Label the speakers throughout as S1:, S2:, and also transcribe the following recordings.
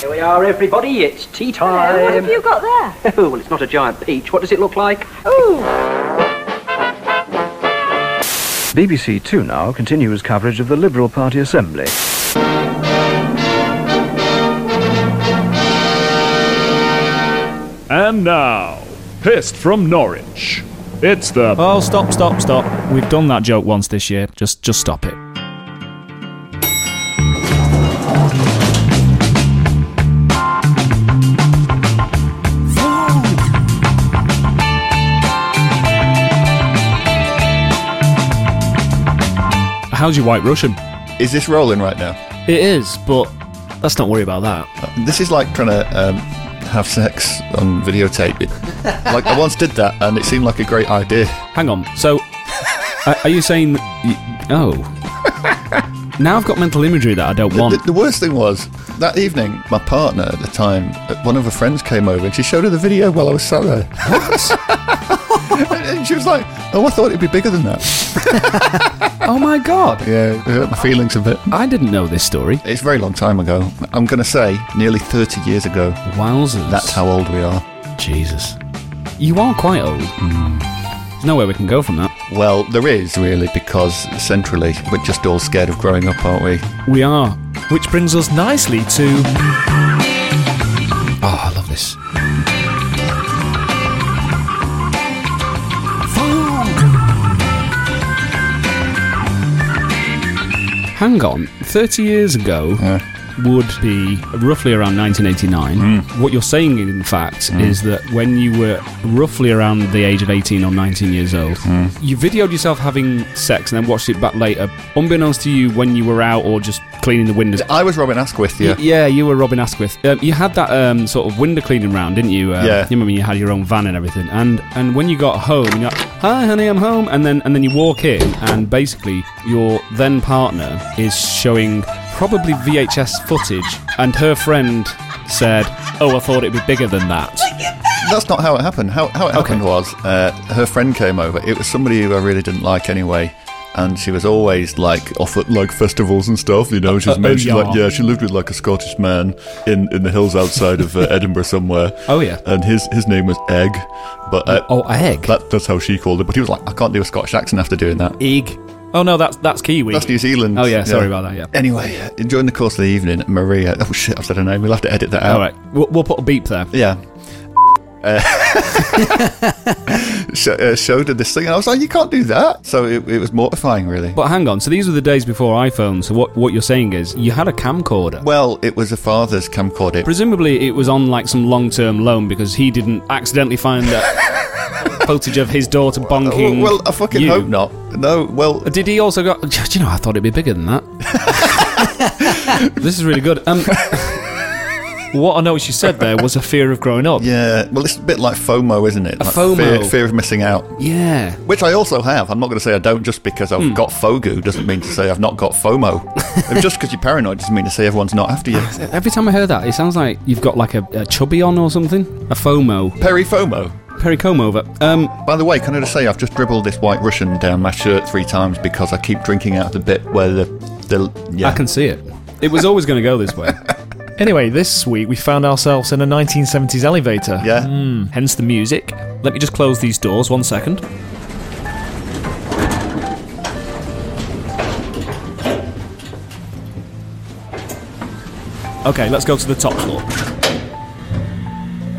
S1: Here we are, everybody. It's tea
S2: Hello, what have
S1: time.
S2: you got there?
S1: Oh, well, it's not a giant peach. What does it look like?
S2: Ooh,
S3: BBC Two now continues coverage of the Liberal Party Assembly.
S4: And now, pissed from Norwich. It's the
S5: Oh, stop, stop, stop. We've done that joke once this year. Just just stop it. How's your white Russian?
S6: Is this rolling right now?
S5: It is, but let's not worry about that.
S6: This is like trying to um, have sex on videotape. It- like I once did that, and it seemed like a great idea.
S5: Hang on. So, are, are you saying? that y- Oh, now I've got mental imagery that I don't
S6: The,
S5: want.
S6: the- the worst thing was that evening, my partner at the time, uh, one of her friends came over, and she showed her the video while I was sat there. and and she was like, "Oh, I thought it'd be bigger than that."
S5: Oh my god!
S6: Yeah, it hurt my feelings a bit.
S5: I didn't know this story.
S6: It's a very long time ago. I'm going to say nearly 30 years ago.
S5: Wowzers!
S6: That's how old we are.
S5: Jesus. You are quite old.
S6: Hmm.
S5: There's nowhere we can go from that.
S6: Well, there is really because centrally we're just all scared of growing up, aren't we?
S5: We are.
S7: Which brings us nicely to
S5: Oh, I love this. Hang on, 30 years ago would be roughly around 1989. What you're saying, in fact, is that when you were roughly around the age of 18 or 19 years old, you videoed yourself having sex and then watched it back later, unbeknownst to you when you were out or just cleaning the windows.
S6: I was Robin Asquith, yeah.
S5: Y- yeah, you were Robin Asquith. Um, you had that um, sort of window cleaning round, didn't you? Um,
S6: Yeah.
S5: You remember when you had your own van and everything, and and when you got home, you're like, "Hi, honey, I'm home," and then and then you walk in, and basically your then partner is showing probably VHS footage, and her friend said, "Oh, I thought it'd be bigger than that."
S6: That's not how it happened. How, how it happened was uh, her friend came over. It was somebody who I really didn't like anyway. And she was always like off at like festivals and stuff, you know. She's
S5: oh,
S6: mentioned like,
S5: yeah.
S6: yeah, she lived with like a Scottish man in, in the hills outside of uh, Edinburgh somewhere.
S5: Oh, yeah.
S6: and his his name was Egg, but uh,
S5: Oh, egg.
S6: that, that's how she called it. But he was like, I can't do a Scottish accent after doing that.
S5: Egg. Oh no, that's that's Kiwi.
S6: That's New Zealand.
S5: oh yeah, sorry about that. Yeah.
S6: Anyway, during the course of the evening, Maria. Oh shit, I've said her name. We'll have to edit that out.
S5: All right, we'll, we'll put a beep there.
S6: Yeah. Uh, sh- uh, showed her this thing, and I was like, "You can't do that." So it, it was mortifying, really.
S5: But hang on, so these were the days before iPhones. So what what you're saying is you had a camcorder.
S6: Well, it was a father's camcorder.
S5: Presumably, it was on like some long-term loan because he didn't accidentally find that footage of his daughter bonking.
S6: well, well, I fucking
S5: you.
S6: hope not. No, well,
S5: Did he also go? Do you know? I thought it'd be bigger than that. this is really good. Um,
S7: what I noticed you said there was a fear of growing up.
S6: yeah, well, it's a bit like FOMO, isn't it? Like
S5: FOMO.
S6: fear, fear of missing out,
S5: yeah.
S6: which I also have. I'm not going to say I don't just because
S5: Hmm.
S6: I've got FOGO doesn't mean to say I've not got FOMO. And just because you're paranoid doesn't mean to say everyone's not after you.
S5: Every time I hear that, it sounds like you've got like a, a chubby on or something, a FOMO,
S6: Perry FOMO.
S5: pericome over. Um,
S6: By the way, can I just say I've just dribbled this white Russian down my shirt three times because I keep drinking out of the bit where the the yeah.
S5: I can see it. It was always going to go this way.
S7: Anyway, this week we found ourselves in a 1970s elevator.
S6: yeah.
S7: Hence the music. Let me just close these doors one second. Okay, let's go to the top floor.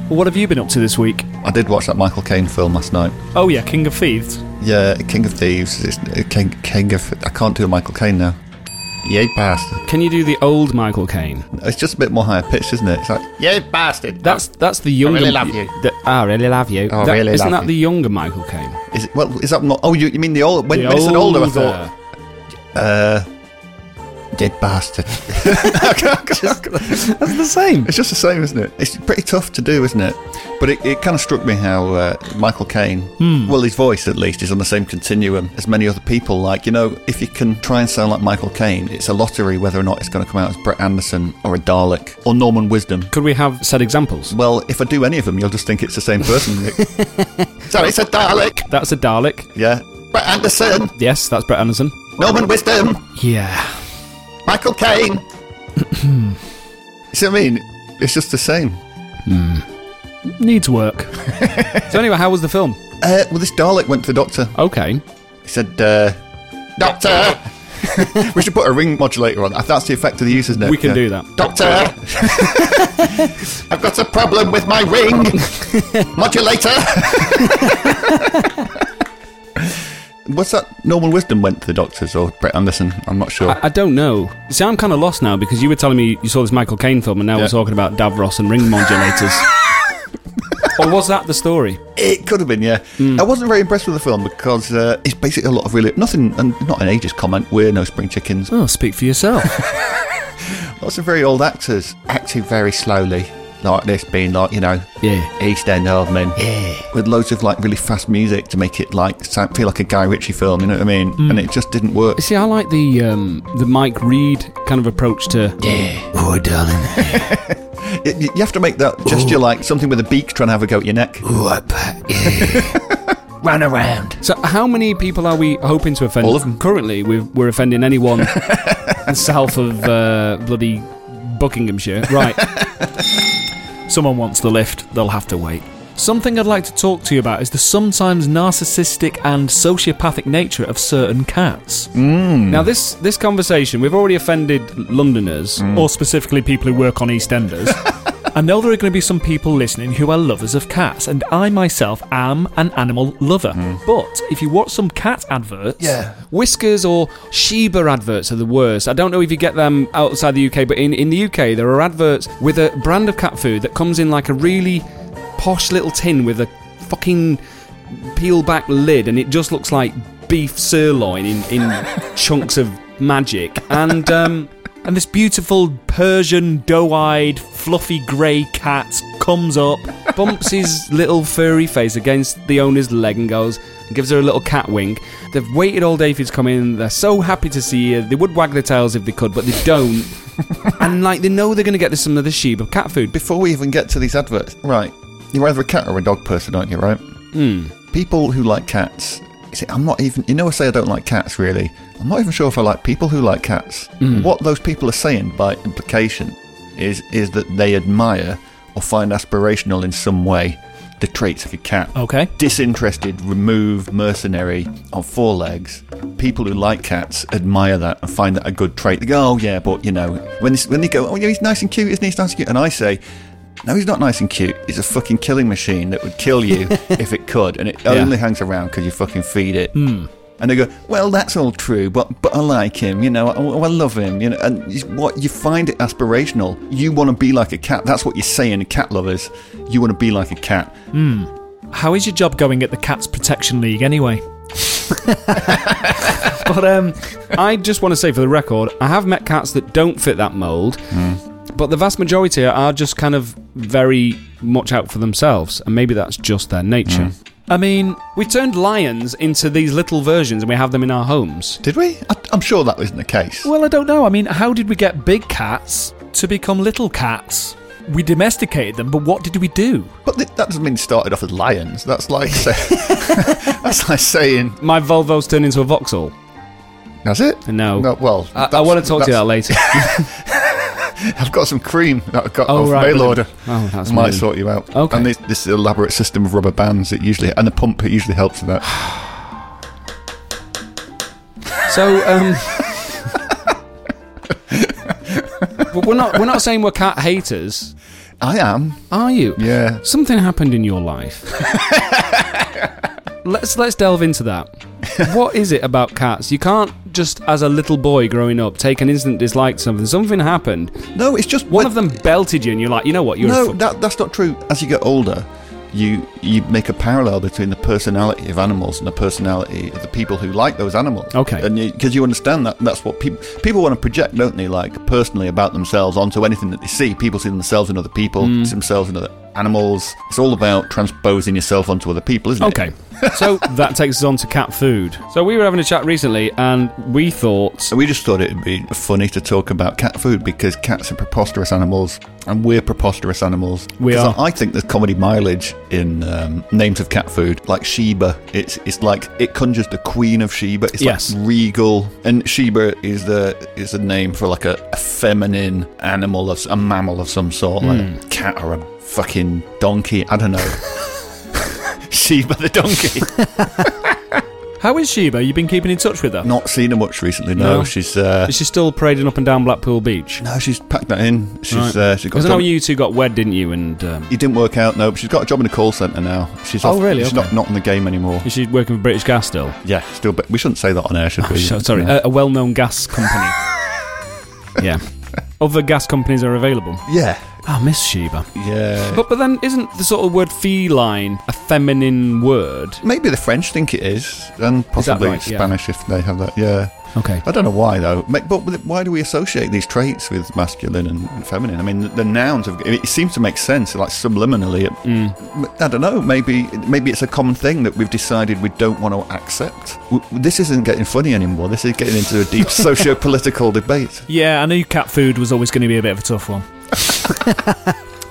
S7: What have you been up to this week?
S6: I did watch that Michael Caine film last night.
S7: Oh, yeah, King of Thieves.
S6: Yeah, King of Thieves. It's, uh, King King of I can't do a Michael Caine now. Yay bastard!
S5: Can you do the old Michael Caine?
S6: It's just a bit more higher pitched, isn't it? It's like yay bastard.
S5: That's that's the younger.
S6: Ah. really love you. Oh,
S5: the- I really love you.
S6: I
S5: That-
S6: really
S5: isn't that
S6: love you.
S5: the younger Michael Caine?
S6: Is it, well, is that not? Oh, you, you mean the old? When,
S5: The
S6: when it said older, I
S5: older.
S6: thought dead bastard.
S5: That's the same.
S6: It's just the same, isn't it? It's pretty tough to do, isn't it? But it, it kind of struck me how uh, Michael Caine, well, his voice at least, is on the same continuum as many other people. Like, you know, if you can try and sound like Michael Caine, it's a lottery whether or not it's going to come out as Brett Anderson or a Dalek or Norman Wisdom.
S5: Could we have said examples?
S6: Well, if I do any of them, you'll just think it's the same person. Nick. Sorry, it's a Dalek.
S5: That's a Dalek.
S6: Yeah. Brett Anderson,
S5: Yes, that's Brett Anderson.
S6: Norman Wisdom,
S5: Yeah.
S6: Michael Caine. you see what I mean? It's just the same.
S5: Needs work. so anyway, how was the film?
S6: Uh, well, this Dalek went to the doctor.
S5: Okay.
S6: He said, uh, Doctor! we should put a ring modulator on. That's the effect of the users now.
S5: We can do that.
S6: Doctor! I've got a problem with my ring! modulator! What's that? Norman Wisdom went to the doctors or Brett Anderson? I'm not sure.
S5: I, I don't know. See, I'm kind of lost now because you were telling me you saw this Michael Caine film and now
S6: Yeah.
S5: we're talking about Davros and ring modulators. or was that the story?
S6: It could have been, yeah.
S5: Hmm.
S6: I wasn't very impressed with the film because uh, it's basically a lot of really nothing, and not an ageist comment. We're no spring chickens.
S5: Oh, speak for yourself.
S6: Lots of very old actors acting very slowly, like this being like you know,
S5: Yeah.
S6: East End old men, yeah, with loads of like really fast music to make it like sound, feel like a Guy Ritchie film. You know what I mean? And it just didn't work.
S5: See, I like the um, the Mike Reed kind of approach to.
S2: Oh, darling.
S6: Y- y- you have to make that gesture like something with a beak trying to have a go at your neck.
S2: Oh, I bet. Yeah. Run around.
S5: So, how many people are we hoping to offend?
S6: All of them.
S5: Currently, we've, we're offending anyone south of uh, bloody Buckinghamshire. Right. Someone wants the lift, they'll have to wait. Something I'd like to talk to you about is the sometimes narcissistic and sociopathic nature of certain cats.
S6: Mm.
S5: Now, this, this conversation, we've already offended Londoners,
S6: Mm.
S7: or specifically people who work on EastEnders. I know there are going to be some people listening who are lovers of cats, and I myself am an animal lover. But if you watch some cat adverts,
S6: Yeah.
S5: Whiskers or Sheba adverts are the worst. I don't know if you get them outside the UK, but in, in the UK, there are adverts with a brand of cat food that comes in like a really posh little tin with a fucking peel back lid, and it just looks like beef sirloin in, in chunks of magic. And, um,.
S7: and this beautiful Persian, doe-eyed, fluffy grey cat comes up.
S5: bumps his little furry face against the owner's leg and goes and gives her a little cat wink. They've waited all day for you to come in. They're so happy to see you. They would wag their tails if they could, but they don't. and like they know they're going to get this some of the sheep of cat food.
S6: Before we even get to these adverts, right? You're either a cat or a dog person, aren't you? Right?
S5: Hmm.
S6: people who like cats. you See, I'm not even. You know, I say I don't like cats. Really, I'm not even sure if I like people who like cats. What those people are saying, by implication, is is that they admire or find aspirational in some way the traits of your cat.
S7: Okay.
S6: Disinterested, removed, mercenary, on four legs. People who like cats admire that and find that a good trait. They go, oh yeah, but you know, when this, when they go, oh yeah, he's nice and cute, isn't he? He's nice and cute, and I say. No, he's not nice and cute. He's a fucking killing machine that would kill you if it could, and it only hangs around because you fucking feed it. And they go, well, that's all true, but but I like him, you know. I, I love him, you know. And you, what you find it aspirational. You want to be like a cat. That's what you're saying, cat lovers. You want to be like a cat.
S7: How is your job going at the Cats Protection League anyway? but um,
S5: I just want to say for the record, I have met cats that don't fit that mold, but the vast majority are just kind of very much out for themselves, and maybe that's just their nature.
S7: I mean,
S5: We turned lions into these little versions, and we have them in our homes.
S6: Did we? I, I'm sure that wasn't the case.
S7: Well, I don't know. I mean, how did we get big cats to become little cats? We domesticated them, but what did we do?
S6: But th- that doesn't mean it started off as lions. That's like say, that's like saying,
S5: My Volvo's turned into a Vauxhall.
S6: that's it.
S5: No.
S6: No. Well,
S5: I, I
S6: that's-
S5: want to talk to you
S6: that's-
S5: that later.
S6: I've got some cream that I've got
S5: Oh,
S6: off
S5: right,
S6: mail
S5: brilliant.
S6: order.
S5: Oh, that's
S6: might
S5: amazing.
S6: sort you out.
S5: Okay.
S6: And this, this elaborate system of rubber bands that usually and the pump it usually helps with that.
S5: so, um, um, but we're not we're not saying we're cat haters,
S6: I am.
S5: are you?
S6: Yeah.
S5: Something happened in your life. let's let's delve into that. what is it about cats? You can't just, as a little boy growing up, take an instant dislike to something. Something happened.
S6: No, it's just
S5: One
S6: when-
S5: of them belted you, and you're like, you know what? You're a
S6: No,
S5: fuck-
S6: that, that's not true. As you get older, you you make a parallel between the personality of animals and the personality of the people who like those animals.
S5: Okay.
S6: and because you, understand that that's what people people want to project,
S5: Mm.
S6: don't they? Like personally about themselves onto anything that they see. People see themselves in other people, themselves in other animals. It's all about transposing yourself onto other people, isn't it?
S5: Okay. so that takes us on to cat food. So we were having a chat recently and we thought
S6: So we just thought it would be funny to talk about cat food because cats are preposterous animals and we're preposterous animals.
S5: We
S6: 'Cause
S5: are.
S6: I I think there's comedy mileage in um, names of cat food, like Sheba. It's it's like it conjures the Queen of Sheba. It's
S5: Yes.
S6: like regal, and Sheba is the is the name for like a, a feminine animal of s- a mammal of some sort,
S5: Hmm.
S6: like a cat or a fucking donkey. I don't know. Sheba the donkey.
S7: How is Sheba? You've been keeping in touch with her?
S6: Not seen her much recently. No,
S5: No.
S6: she's. Uh,
S5: is she still parading up and down Blackpool Beach?
S6: no, she's packed that in. She's uh, she's got.
S5: Because I know
S6: dom-
S5: you two got wed, didn't you? And um,
S6: It didn't work out. No, but she's got a job in a call centre now. She's
S5: Oh,
S6: off,
S5: really?
S6: She's
S5: Okay.
S6: not, not in the game anymore.
S5: is she working for British Gas still?
S6: Yeah, still. But we shouldn't say that on air, should we?
S5: Oh, So- sorry,
S6: No.
S5: a, a well-known gas company. yeah, other gas companies are available.
S6: yeah,
S5: Ah, Miss Sheba.
S6: yeah.
S5: But but then isn't the sort of word feline a feminine word?
S6: Maybe the French think it is, and possibly
S5: right? Yeah.
S6: Spanish if they have that. Yeah,
S5: Okay.
S6: I don't know why though. Ma- But with- why do we associate these traits with masculine and feminine? I mean, the, the nouns. Have, it seems to make sense, like subliminally. It, m- I don't know. Maybe maybe it's a common thing that we've decided we don't want to accept. W- This isn't getting funny anymore. This is getting into a deep socio-political debate.
S7: Yeah, I knew cat food was always going to be a bit of a tough one.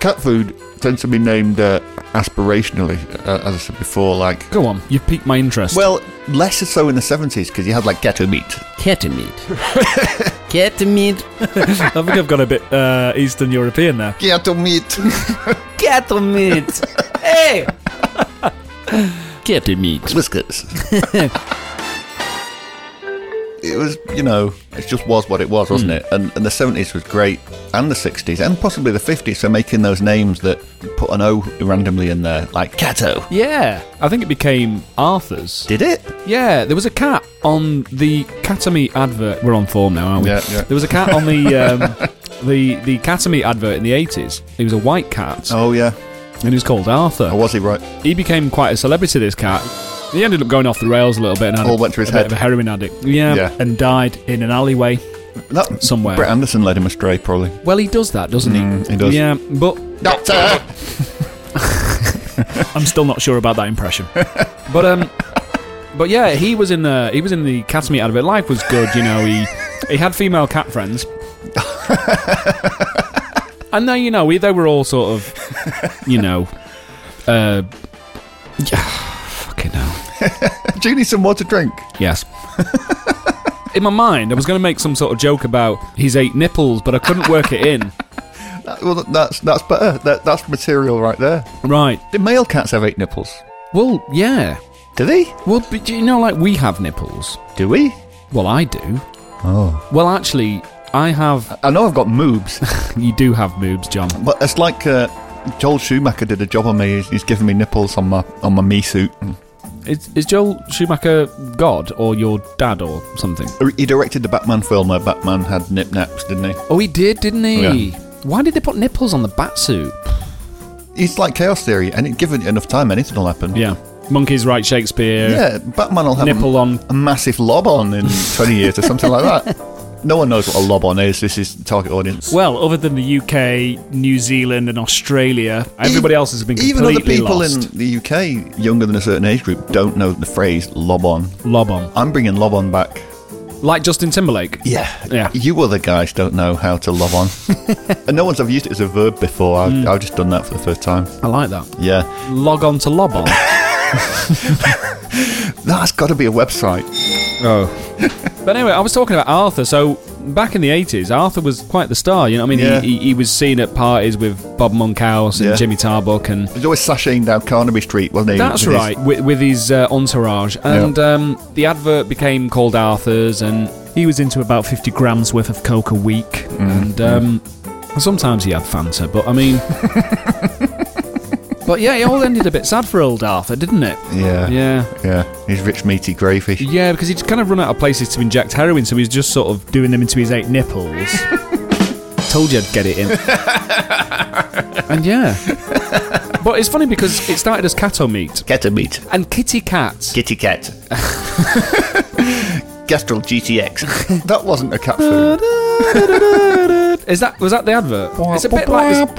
S6: cat food tends to be named uh, aspirationally, uh, as I said before. Like,
S5: Go on. You've piqued my interest.
S6: well, less so in the seventies because you had like ghetto meat.
S8: Ketamine. Ketamine.
S7: I think I've got a bit uh, Eastern European there.
S6: Ghetto meat.
S8: Ketamine. Hey! Ketamine.
S6: biscuits. it was, you know, it just was what it was, wasn't it? And, and the 70s was great, and the 60s, and possibly the 50s for making those names that put an O randomly in there, like Cato.
S5: yeah. I think it became Arthur's.
S6: Did it?
S5: Yeah, there was a cat on the Catamy advert. We're on form now, aren't we?
S6: Yeah, yeah.
S5: There was a cat on the um, the the Catamy advert in the eighties. He was a white cat,
S6: Oh, yeah.
S5: and he was called Arthur.
S6: Or was he right?
S5: He became quite a celebrity. This cat. He ended up going off the rails a little bit and had
S6: All
S5: a,
S6: went to his
S5: a
S6: head.
S5: bit of a heroin addict. Yeah,
S6: Yeah.
S7: And died in an alleyway.
S6: That,
S5: somewhere.
S6: Brett Anderson led him astray, probably.
S5: Well, he does that, doesn't he?
S6: Mm, he does.
S5: Yeah, but
S6: Doctor!
S7: I'm still not sure about that impression.
S5: But um, but yeah, he was in the he was in the cat's meat advert. Life was good, you know. He he had female cat friends, and then you know we, they were all sort of, you know, uh, yeah, fucking hell,
S6: Do you need some water drink?
S5: yes. In my mind, I was going to make some sort of joke about he's eight nipples, but I couldn't work it in.
S6: That- well, that's, that's better. That, that's material right there.
S5: Right.
S6: Did male cats have eight nipples?
S5: Well, yeah.
S6: Do they?
S5: Well, but do you know, like we have nipples.
S6: Do we?
S5: Well, I do.
S6: Oh.
S5: Well, actually, I have.
S6: I know I've got moobs.
S5: You do have boobs, John.
S6: But it's like uh, Joel Schumacher did a job on me. He's, he's giving me nipples on my on my me suit.
S5: Is, is Joel Schumacher God or your dad or something?
S6: He directed the Batman film where Batman had nip naps, didn't he?
S5: Oh, he did, didn't
S6: he?
S5: Why did they put nipples on the batsuit?
S6: He's like Chaos Theory, and it- given it enough time, anything will happen.
S5: Yeah. Monkeys write Shakespeare.
S6: Yeah, Batman will have a-
S5: Nipple on.
S6: a massive lob on in 20 years or something like that. No one knows what a lob on is. This is target audience.
S7: Well, other than the UK, New Zealand, and Australia, everybody else has been
S6: Even
S7: completely
S6: other people
S7: lost.
S6: in the UK younger than a certain age group don't know the phrase lob on.
S5: Lob on.
S6: I'm bringing lob on back.
S5: Like Justin Timberlake.
S6: Yeah,
S5: Yeah.
S6: You other guys don't know how to love on, and no one's ever used it as a verb before. I've,
S5: Hmm.
S6: I've just done that for the first time.
S5: I like that.
S6: Yeah,
S5: Log on to lob on.
S6: that's got to be a website.
S5: oh. But anyway, I was talking about Arthur. So back in the 80s, Arthur was quite the star. You know what I mean?
S6: Yeah.
S5: He, he, he was seen at parties with Bob Monkhouse and
S6: Yeah.
S5: Jimmy Tarbuck and
S6: He's always sashaying down Carnaby Street, wasn't he?
S5: That's
S6: With his-
S5: right, with, with his uh, entourage. And um, the advert became called Arthur's, and,
S7: He was into about 50 grams worth of coke a week.
S6: Mm-hmm.
S5: and um, sometimes he had Fanta, but I mean. but yeah, it all ended a bit sad for old Arthur, didn't it?
S6: Yeah, yeah,
S5: Yeah.
S6: yeah. His rich meaty crayfish.
S5: Yeah, because he'd kind of run out of places to inject heroin, so he's just sort of
S7: Doing them into his eight nipples.
S5: told you I'd get it in. and yeah. But it's funny because it started as cat meat.
S6: Get a meat,
S5: And kitty cat.
S6: kitty cat. Gastrel GTX. that wasn't a cat food.
S5: it Is that was that the advert? It's a bit like this.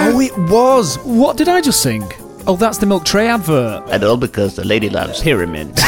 S7: Oh, it was. What did I just sing? Oh, that's the milk tray
S5: Uh.
S7: advert.
S9: And all because the lady loves pyramids.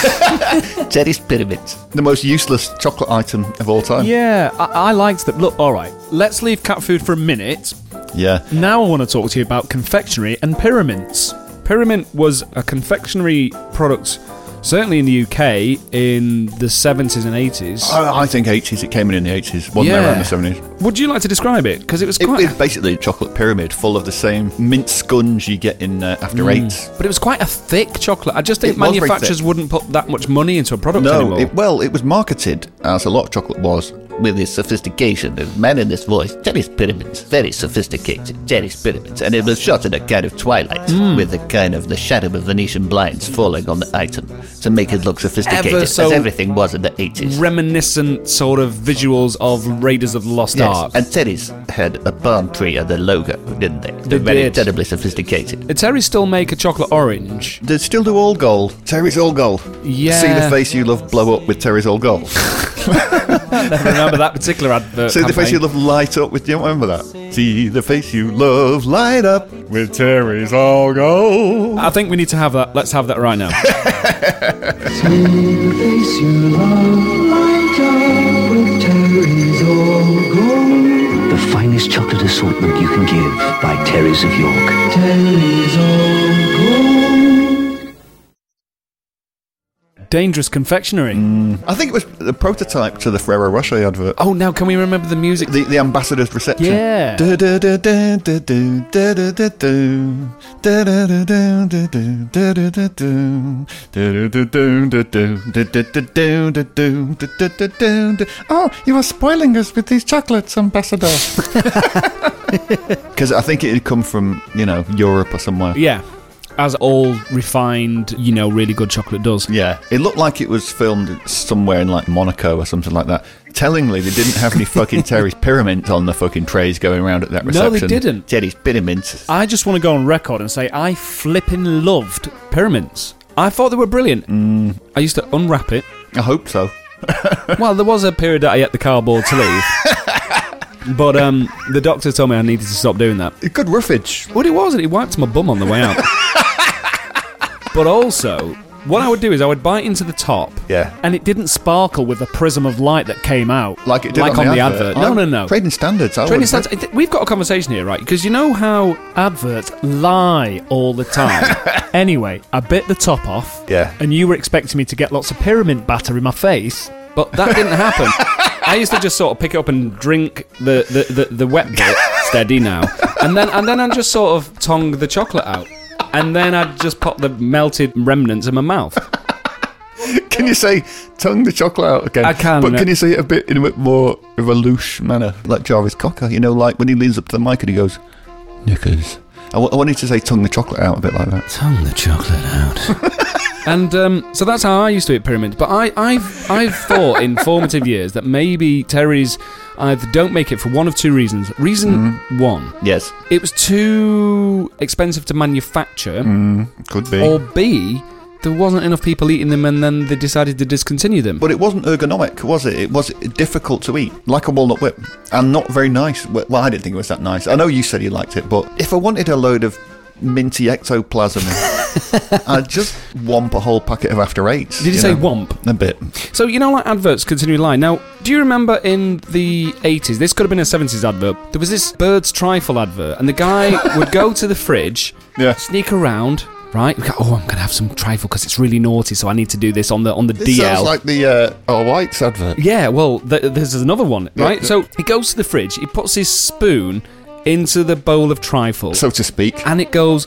S9: Teddy's pyramids.
S6: The most useless chocolate item of all time.
S7: Yeah, I, I liked that. Look, all right, let's leave cat food for a minute.
S6: Yeah.
S5: Mm.
S7: Now I want to talk to you about confectionery and pyramids.
S5: Pyramid was a confectionery product, certainly in the UK in the 70s and 80s.
S6: I, I think 80s, it came in in the 80s, wasn't it,
S5: Yeah.
S6: around the 70s?
S5: Would you like to describe it? Because it was
S6: It
S5: quite.
S6: was basically a chocolate pyramid full of the same mint scones you get in uh,
S5: Hmm.
S6: After Eight.
S5: but it was quite a thick chocolate. I just think
S6: It was very
S5: manufacturers
S6: thick.
S5: wouldn't put that much money into a product
S6: No,
S5: anymore.
S6: it, well, it was marketed as a lot of chocolate was.
S9: With his sophistication, the man in this voice, Teddy's pyramids, very sophisticated, Teddy's pyramids, and it was shot in a kind of twilight,
S5: Hmm.
S9: with a kind of the shadow of Venetian blinds falling on the item to make it look sophisticated,
S5: Ever so-
S9: as everything was in the 80s.
S5: Reminiscent sort of visuals of Raiders of the Lost
S9: Yes,
S5: Ark.
S9: And Teddy's had a palm tree and the logo, didn't they?
S5: They
S9: They're very
S5: did.
S9: terribly sophisticated.
S5: Did Terry still make a chocolate orange?
S6: They still do all gold. Terry's all gold.
S5: Yeah.
S6: See the face you love blow up with Terry's all gold.
S5: I remember that particular advert.
S6: See the face
S5: campaign.
S6: you love light up with. You don't remember that? See the face you love light up with Terry's all gold.
S5: I think we need to have that. Let's have that right now.
S10: The finest chocolate assortment you can give by Terry's of York.
S7: Dangerous confectionery.
S6: I think it was the prototype to the Ferrero Rocher advert.
S5: Mm. oh, now can we remember the music?
S6: The, the ambassador's reception.
S7: Yeah.
S6: Du- du- du- du- du- du- du- du- du- du. Du- du- du- du- du- du- du- du- du- du. Du- du- du- du- du- du- du- du- du- du- du- du- du- du- du- du- du. Oh, you are spoiling us with these chocolates, ambassador. Because I think it had come from, you know, Europe or somewhere.
S5: Yeah, as all refined, you know, really good chocolate does.
S6: Yeah, it looked like it was filmed somewhere in like Monaco or something like that. Tellingly, they didn't have any fucking Terry's pyramids on the fucking trays going around at that
S5: No, they
S6: reception.
S5: didn't.
S6: Teddy's pyramids.
S7: I just want to go on record and say I flippin' loved pyramids.
S5: I thought they were brilliant. I used to unwrap it.
S6: I hope so.
S5: well, there was a period that I ate the cardboard to leave. But um, the doctor told me I needed to stop doing that.
S6: Good roughage.
S5: What it was, it wiped my bum on the way out. but also, what I would do is I would bite into the top,
S6: Yeah.
S7: And it didn't sparkle with the prism of light that came out.
S6: Like it did
S5: Like on
S6: on, the
S5: the
S6: advert.
S5: advert. No,
S6: I-
S5: no, no.
S6: Trading standards. I
S5: Training
S6: would've-
S5: stands. We've got a conversation here, right? Because you know how
S7: Adverts lie all the time. anyway, I bit the top off.
S6: Yeah.
S7: And you were expecting me to get lots of pyramid batter in my face.
S5: But that didn't happen. I used to just sort of pick it up and drink the, the, the, the wet bit steady now, and then and then I'd just sort of tongue the chocolate out, and then I'd just pop the melted remnants in my mouth.
S6: Can you say tongue the chocolate out again?
S5: I can. uh,
S6: But can you say it a bit in a bit more of a loose manner, like Jarvis Cocker? You know, like when he leans up to the mic and he goes, "Knickers." I wa- I wanted to say tongue the chocolate out a bit like that.
S10: Tongue the chocolate out.
S5: And um, so that's how I used to eat pyramids. But I, I've I've thought in formative years that maybe Terry's either don't make it for one of two reasons. Reason one,
S9: Yes.
S5: it was too expensive to manufacture,
S6: Could be.
S5: or B, there wasn't enough people eating them, and then they decided to discontinue them.
S6: But it wasn't ergonomic, was it? It was difficult to eat, like a walnut whip, and not very nice. Well, I didn't think it was that nice. I know you said you liked it, but if I wanted a load of minty ectoplasm, I'd just womp a whole packet of After Eights.
S5: Did you say womp?
S6: A bit.
S5: So you know, like adverts continue line. Now, do you remember in the eighties? This could have been a seventies advert. There was this Bird's Trifle advert, and the guy would go to the fridge,
S6: Yeah.
S5: sneak around. Right? Go, Oh, I'm gonna have some trifle because it's really naughty, so I need to do this on the on the
S6: This
S5: DL.
S6: sounds like the uh, All Whites advert.
S5: yeah. Well, th- there's another one, right?
S6: yeah.
S5: So he goes to the fridge. He puts his spoon into the bowl of trifle,
S6: So to speak.
S5: and it goes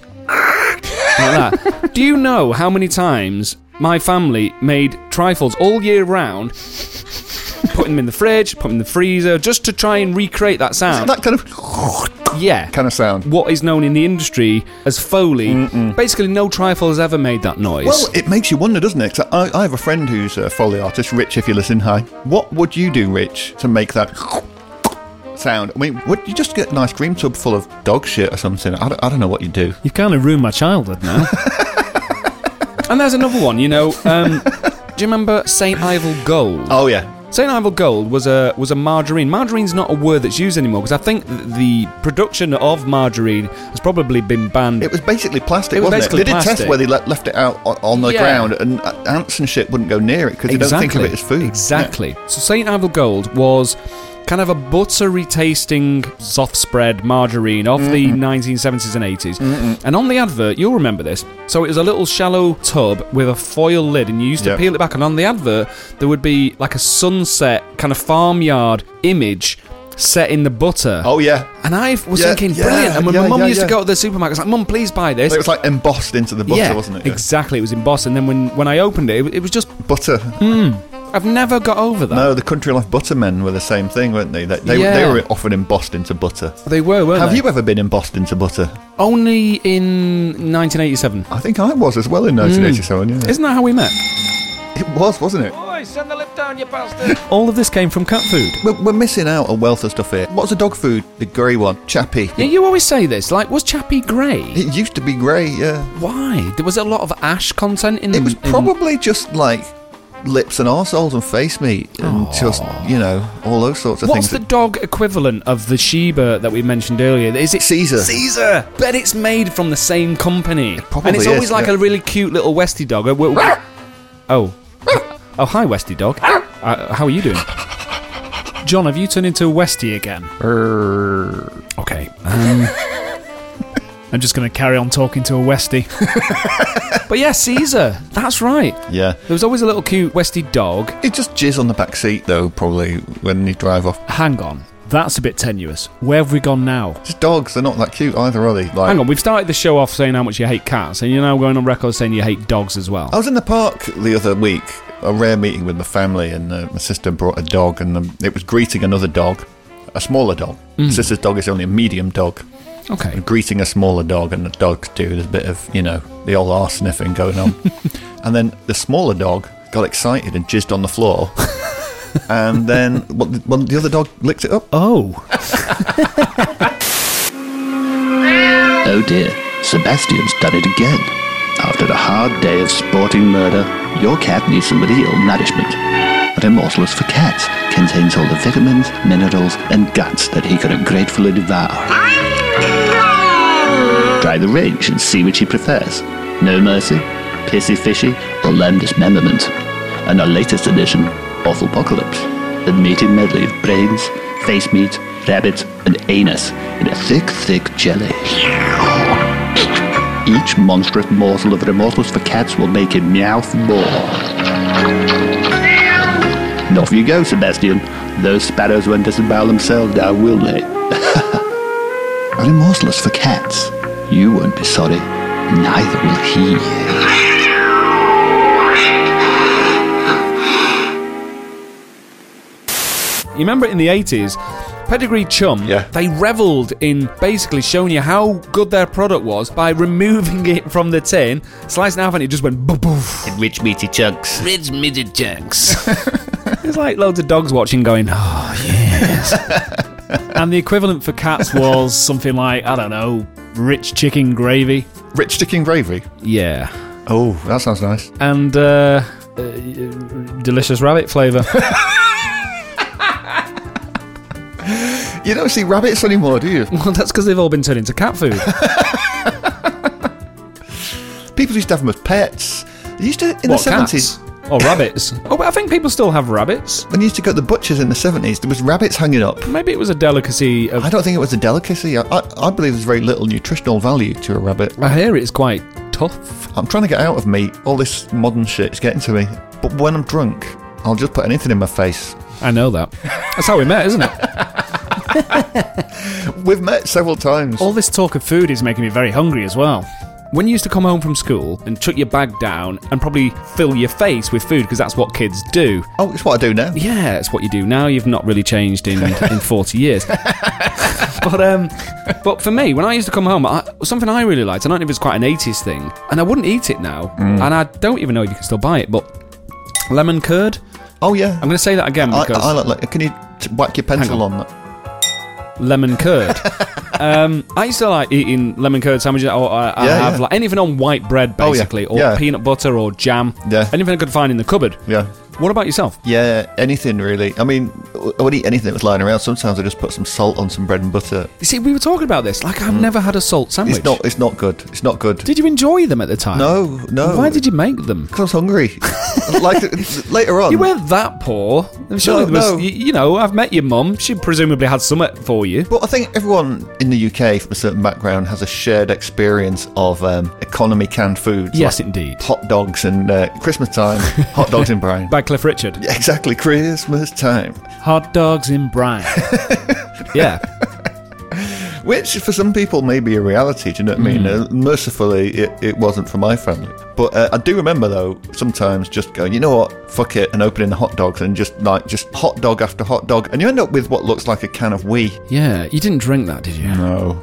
S5: like that. Do you know how many times my family made trifles all year round? Put them in the fridge, put them in the freezer, just to try and recreate that sound.
S6: That kind of
S5: yeah.
S6: kind of sound.
S5: What is known in the industry as Foley. Basically, no trifle has ever made that noise.
S6: Well, it makes you wonder, doesn't it? 'Cause I, I have a friend who's a foley artist, Rich. If you listen, hi. What would you do, Rich, to make that sound? I mean, would you just get an ice cream tub full of dog shit or something? I don't, I don't know what you do.
S7: You kind of ruined my childhood now.
S5: and there's another one, you know. Um, do you remember St. Ivel Gold?
S6: Oh yeah,
S5: St. Ival Gold was a was a margarine. Margarine's not a word that's used anymore because I think th- the production of margarine has probably been banned.
S6: It was basically plastic,
S5: It was
S6: wasn't
S5: basically
S6: it? They did
S5: plastic.
S6: test where they le- left it out on, on the
S5: Yeah.
S6: ground, and uh, ants and shit wouldn't go near it because they don't think of it as food.
S5: Exactly. So St. Ivel Gold was kind of a buttery tasting soft spread margarine of the 1970s and 80s. And on the advert, you'll remember this. So it was a little shallow tub with a foil lid, and you used to
S6: Yep.
S5: peel it back. And on the advert, there would be like a sunset kind of farmyard image set in the butter.
S6: Yeah. Oh yeah,
S5: And I was
S6: Yeah,
S5: thinking,
S6: yeah,
S5: brilliant. And when my
S6: yeah,
S5: mum
S6: yeah,
S5: used
S6: yeah.
S5: to go to the supermarket, I was like, Mum, please buy this.
S6: it was like embossed into the butter,
S5: yeah,
S6: wasn't it? Yeah.
S5: exactly. It was embossed. And then when, when I opened it, it, it was just,
S6: butter.
S5: Hmm. I've never got over that.
S6: No, the Country Life Buttermen were the same thing, weren't they? They, they, they
S5: Yeah.
S6: were often embossed into butter.
S5: They were, weren't
S6: Have
S5: they?
S6: you ever been embossed into butter?
S5: Only in 1987.
S6: I think I was as well in 1987. Yeah,
S5: Hmm. Isn't that how we met?
S6: it was, wasn't it?
S7: All of this came from cat food.
S6: We're, we're missing out on wealth of stuff here. What's a dog food? The grey one, chappy.
S5: Yeah, you always say this. Like, was Chappie grey?
S6: It used to be grey. Yeah.
S5: Why? There was a lot of ash content in
S6: It was
S5: in-
S6: probably just like lips and arseholes and face meat and just, you know, all those sorts of
S5: What's the
S6: things.
S5: dog equivalent of the Sheba that we mentioned earlier? Is it
S6: Caesar.
S5: Caesar. Bet it's made from the same company.
S6: probably
S5: and it's always
S6: is,
S5: like
S6: yeah.
S5: a really cute little Westie dog. Uh, w- w- Oh, oh, hi, Westie dog. Uh, how are you doing?
S7: John, have you turned into a Westie again?
S5: Okay. um,
S7: I'm just going to carry on talking to a Westie.
S5: But yeah, Caesar. That's right.
S6: yeah.
S5: There was always a little cute Westie dog.
S6: It just jizz on the back seat though, probably when you drive off.
S7: Hang on. That's a bit tenuous. Where have we gone now?
S6: Just dogs, they're not that cute either, are they? Like,
S5: Hang on, we've started the show off saying how much you hate cats, and you're now going on record saying you hate dogs as well.
S6: I was in the park the other week, a rare meeting with my family, and uh, my sister brought a dog, and um, it was greeting another dog, a smaller dog. My sister's dog is only a medium dog.
S5: Okay.
S6: greeting a smaller dog, and the dogs do. There's a bit of, you know, the old arse sniffing going on. and then the smaller dog got excited and jizzed on the floor. and then well, the, well, the other dog licked it up.
S7: Oh.
S10: Oh dear, Sebastian's done it again. After a hard day of sporting murder, your cat needs some real nourishment. Remorseless for Cats contains all the vitamins, minerals, and guts that he could gratefully devour. Try the range and see which he prefers. No Mercy, Pissy Fishy, or Lamb Dismemberment. And our latest edition, Awfulpocalypse, the meaty medley of brains, face meat, rabbit, and anus in a thick, thick jelly. Each monstrous morsel of remorseless for cats will make him meow more. And off you go, Sebastian. Those sparrows won't disembowel themselves now, will they? Remorseless for cats. You won't be sorry. Neither will he.
S5: You remember in the 80s, Pedigree Chum,
S6: Yeah.
S5: they revelled in basically showing you how good their product was by removing it from the tin, slicing it half, and it just went boof.
S9: Rich meaty chunks.
S8: Ridge midget junks.
S5: It's like loads of dogs watching going, oh,
S7: and the equivalent for cats was something like, I don't know, rich chicken gravy.
S6: Rich chicken gravy.
S5: yeah.
S6: Oh, that sounds nice.
S5: And, uh,. Uh, delicious rabbit flavour.
S6: You don't see rabbits anymore, do you?
S5: well, that's because they've all been turned into cat food.
S6: People used to have them as pets. They used to in
S5: what,
S6: the seventies.
S5: cats? Or rabbits? oh, but I think people still have rabbits.
S6: When you used to go to the butchers in the seventies, there was rabbits hanging up.
S5: Maybe it was a delicacy of
S6: I don't think it was a delicacy. I, I, I believe there's very little nutritional value to a rabbit.
S5: I hear it's quite tough.
S6: I'm trying to get out of meat. All this modern shit is getting to me. But when I'm drunk, I'll just put anything in my face.
S5: I know that. That's how we met, isn't it?
S6: We've met several times.
S5: Oh.
S7: All this talk of food is making me very hungry as well.
S5: When you used to come home from school and chuck your bag down and probably fill your face with food because that's what kids do.
S6: Oh, it's what I do now.
S5: Yeah, it's what you do now. You've not really changed in, in 40 years. but um, but for me, when I used to come home, I, something I really liked, I don't know if it's quite an 80s thing, and I wouldn't eat it now.
S6: Mm.
S5: And I don't even know if you can still buy it, but lemon curd.
S6: Oh, yeah.
S5: I'm going to say that again
S6: I,
S5: because
S6: I like, like, can you t- whack your pencil
S5: on.
S6: on that?
S5: lemon curd. um, I used to like eating lemon curd sandwiches. Or I, I
S6: Yeah,
S5: have
S6: yeah.
S5: like anything on white bread,
S6: Oh, yeah.
S5: basically, or
S6: Yeah.
S5: peanut butter or jam.
S6: Yeah.
S5: Anything I could find in the cupboard.
S6: Yeah.
S5: What about yourself?
S6: Yeah, anything really. I mean, I would eat anything that was lying around. Sometimes I just put some salt on some bread and butter.
S5: You see, we were talking about this. Like, I've never had a salt sandwich.
S6: Mm. It's not. It's not good. It's not good.
S5: Did you enjoy them at the time?
S6: no, no.
S5: Why did you make them?
S6: Because I was hungry. like later on.
S5: You weren't that poor. Surely there was,
S6: no.
S5: y- You, know, I've met your mum. She presumably had some for you.
S6: But I think everyone in the UK from a certain background has a shared experience of um, economy canned foods.
S5: Yes, indeed.
S6: Hot dogs and uh, Christmas time, hot dogs in brine.
S5: By Cliff Richard.
S6: Exactly, Christmas time.
S5: Hot dogs in brine. yeah.
S6: Which for some people may be a reality, do you know what I mean?
S5: Hmm.
S6: Uh, mercifully, it, it wasn't for my family. But uh, I do remember though, sometimes just going, you know what, fuck it, and opening the hot dogs and just like, just hot dog after hot dog. And you end up with what looks like a can of wee.
S5: Yeah. You didn't drink that, did you?
S6: No.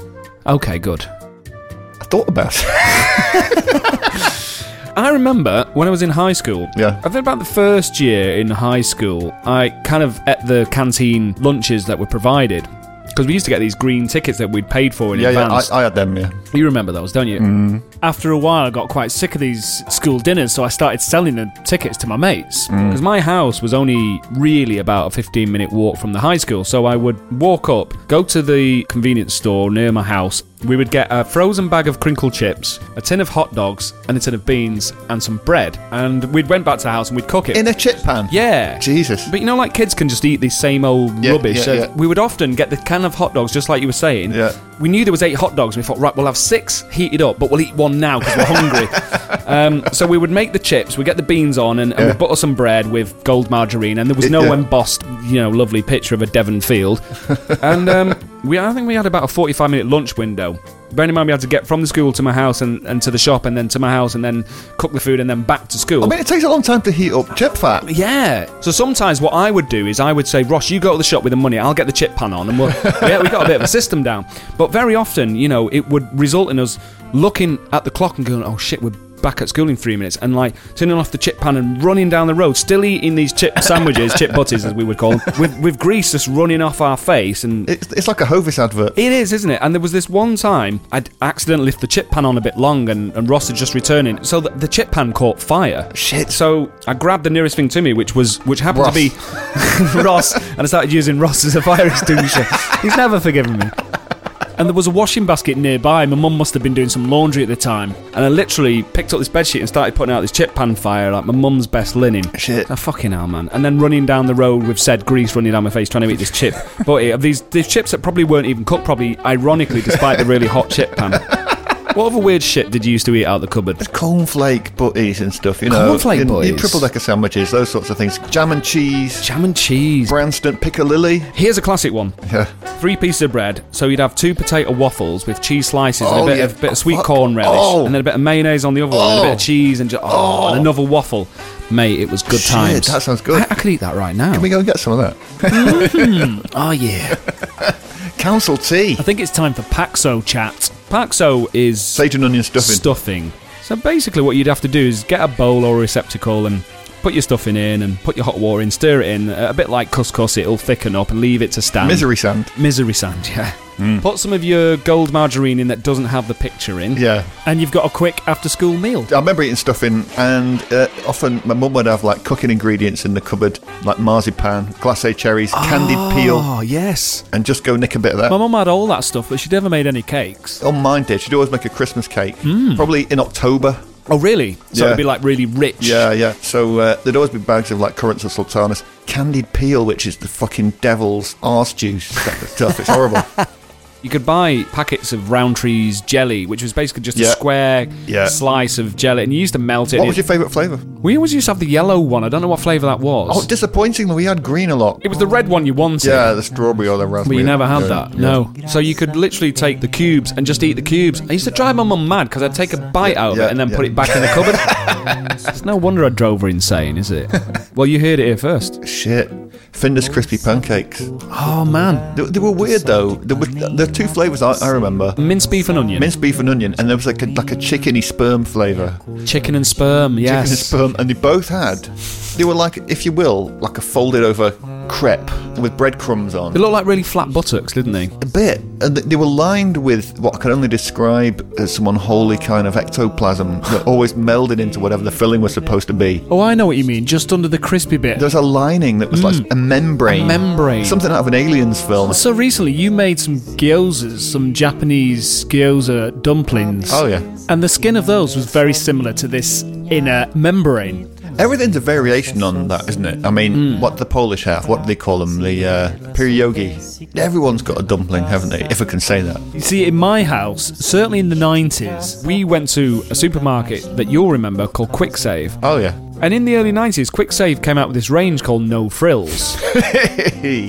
S5: Okay, good.
S6: I thought about it.
S5: I remember when I was in high school.
S6: Yeah.
S5: I think about the first year in high school, I kind of ate the canteen lunches that were provided. Because we used to get these green tickets that we'd paid for in
S6: yeah, yeah,
S5: advance.
S6: I, I had them, yeah.
S5: you remember those, don't you?
S7: After a while, I got quite sick of these school dinners, so I started selling the tickets to my mates.
S5: Because my house was only really about a 15 minute walk from the high school, so I would walk up, go to the convenience store near my house. We would get a frozen bag of crinkle chips, a tin of hot dogs, and a tin of beans, and some bread. And we'd went back to the house and we'd cook it.
S6: In a chip pan.
S5: yeah.
S6: Jesus.
S5: But you know, like kids can just eat the same old
S6: Yeah,
S5: rubbish.
S6: yeah,
S5: so
S6: yeah.
S5: We would often get the can of hot dogs, just like you were saying.
S6: Yeah.
S5: We knew there was eight hot dogs, and we thought, right, we'll have six heated up, but we'll eat one now because we're hungry. um, so we would make the chips, we get the beans on, and, and we butter some bread with gold margarine, and there was
S6: It-
S5: no
S6: yeah.
S5: embossed, you know, lovely picture of a Devon field. and um, we, I think we had about a forty-five minute lunch window. Bearing in mind, we had to get from the school to my house and, and to the shop, and then to my house, and then cook the food, and then back to school.
S6: I mean, it takes a long time to heat up chip fat.
S5: Yeah. So sometimes what I would do is I would say, Ross, you go to the shop with the money, I'll get the chip pan on, and we'll, yeah, we got a bit of a system down. But very often, you know, it would result in us looking at the clock and going, oh shit, we're back at school in three minutes, and like turning off the chip pan and running down the road, still eating these chip sandwiches, chip butties as we would call them, with, with grease just running off our face and.
S6: It's, it's like a Hovis advert.
S5: It is, isn't it? And there was this one time I'd accidentally left the chip pan on a bit long, and, and Ross had just returning, so the, the chip pan caught fire.
S6: Shit.
S5: So I grabbed the nearest thing to me, which was which happened to
S6: Ross.
S5: be Ross, and I started using Ross as a fire extinguisher. He's never forgiven me.
S7: And there was a washing basket nearby. My mum must have been doing some laundry at the time.
S5: And I literally picked up this bedsheet and started putting out this chip pan fire, like my mum's best linen.
S6: Shit.
S5: Ah, fucking hell, man. And then running down the road with said grease running down my face trying to eat this chip. but it, these, these chips that probably weren't even cooked, probably ironically, despite the really hot chip pan. What other weird shit did you used to eat out the cupboard?
S6: Cornflake butties and stuff, you know.
S5: Cornflake
S6: in,
S5: butties?
S6: triple decker sandwiches, those sorts of things. Jam and cheese,
S5: Jam and cheese.
S6: Branston piccalilli.
S5: Here's a classic one.
S6: Yeah.
S5: Three pieces of bread, so you'd have two potato waffles with cheese slices and
S6: Oh,
S5: a bit
S6: yeah.
S5: of bit of sweet
S6: Oh,
S5: corn relish,
S6: oh.
S5: and then a bit of mayonnaise on the other one, and a bit
S6: Oh.
S5: of cheese, and just, oh, and another waffle. Mate, it was good
S6: Shit,
S5: times.
S6: that sounds good.
S5: I, I could eat that right now.
S6: Can we go and get some of that?
S5: oh yeah.
S6: Council tea.
S7: I think it's time for Paxo chat.
S5: Paxo is
S6: Sage and onion stuffing.
S5: stuffing. So basically, what you'd have to do is get a bowl or a receptacle and put your stuffing in, and put your hot water in, stir it in, a bit like couscous. It'll thicken up and leave it to stand.
S6: Misery sand.
S5: Misery sand, yeah.
S6: Hmm.
S5: Put some of your gold margarine in that doesn't have the picture in.
S6: Yeah.
S7: And you've got a quick after school meal.
S6: I remember eating stuffing, and uh, often my mum would have like cooking ingredients in the cupboard, like marzipan, glacé cherries, candied peel,
S5: Oh, yes.
S6: and just go nick a bit of that.
S7: My mum had all that stuff, but she never made any cakes.
S6: On mine did. She'd always make a Christmas cake, probably in October.
S5: Oh, really? So
S6: Yeah.
S5: it'd be like really rich.
S6: Yeah, yeah. So uh, there'd always be bags of like currants and sultanas, candied peel, which is the fucking devil's arse juice. That stuff. It's horrible.
S5: You could buy packets of Roundtree's jelly, which was basically just
S6: Yeah.
S5: a square
S6: Yeah.
S5: slice of jelly, and you used to melt it.
S6: what was your favourite flavour?
S5: we always used to have the yellow one. I don't know what flavour that was.
S6: Oh, disappointingly, we had green a lot.
S5: it was the red one you wanted.
S6: Yeah, the strawberry or the raspberry.
S5: But you never had
S6: Yeah,
S5: that,
S6: yeah.
S5: no. So you could literally take the cubes and just eat the cubes. I used to drive my mum mad because I'd take a bite out of
S6: yeah,
S5: it and then
S6: yeah.
S5: put it back in the cupboard. it's no wonder I drove her insane, is it? Well, you heard it here first.
S6: Shit. Finder's crispy pancakes.
S5: Oh man,
S6: They, they were weird though. There was there were two flavours I, I remember:
S5: mince beef and onion,
S6: minced beef and onion, and there was like a, like a chickeny sperm flavour.
S5: chicken and sperm. Yes,
S6: Chicken and sperm, and they both had They were like, if you will, like a folded over crepe with breadcrumbs on.
S5: They looked like really flat buttocks, didn't they?
S6: a bit. And th- they were lined with what I can only describe as some unholy kind of ectoplasm that always melded into whatever the filling was supposed to be.
S7: Oh, I know what you mean. Just under the crispy bit.
S6: There's a lining that was like a membrane.
S7: membrane.
S6: Something out of an Aliens film.
S7: so recently, you made some gyozas, some Japanese gyoza dumplings.
S6: Oh, yeah.
S7: And the skin of those was very similar to this inner membrane.
S6: Everything's a variation on that, isn't it? I mean, what the Polish have, what do they call them? The uh, pierogi. Everyone's got a dumpling, haven't they? If I can say that.
S7: You see, in my house, certainly in the 90s,
S5: We went to a supermarket that you'll remember called Quick Save.
S6: Oh, yeah.
S5: And in the early 90s, Quick Save came out with this range called No Frills,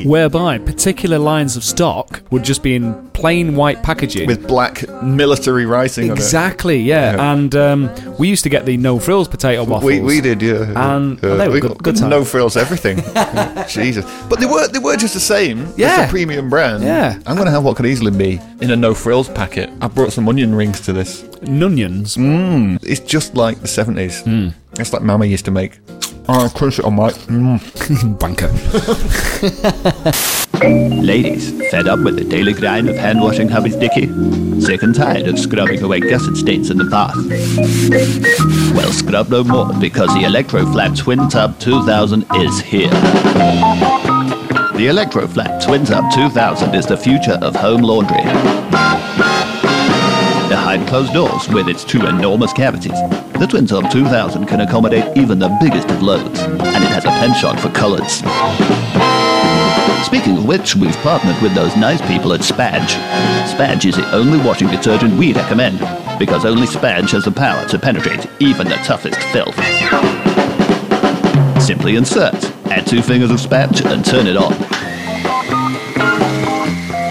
S5: whereby particular lines of stock would just be in plain white packaging.
S6: With black military writing
S5: exactly, yeah.
S6: Yeah.
S5: And um, we used to get the No Frills potato
S6: on it.
S5: waffles.
S6: We, we did, yeah.
S5: And- oh, they were
S6: we
S5: good-
S6: got
S5: good times.
S6: No frills, everything. Jesus, but they were they were just the same.
S5: Yeah.
S6: as a premium brand.
S5: Yeah.
S6: I'm gonna have what could easily be in a no frills packet. I brought some onion rings to this.
S5: Nunions.
S6: Mm. It's just like the 70s.
S5: Hmm.
S6: It's like Mama used to make. Oh, crush it on Mike. Mm.
S5: Banker.
S10: Ladies, fed up with the daily grind of hand washing hubby's dicky? Sick and tired of scrubbing away gusset stains in the bath? Well, scrub no more because the Electroflat Twin Tub 2000 is here. The Electroflat Twin Tub 2000 is the future of home laundry. Behind closed doors, with its two enormous cavities, the Twin Tub 2000 can accommodate even the biggest of loads, and it has a penchant for colors. Speaking of which, we've partnered with those nice people at Spadge. Spadge is the only washing detergent we recommend, because only Spadge has the power to penetrate even the toughest filth. Simply insert, add two fingers of Spadge, and turn it on.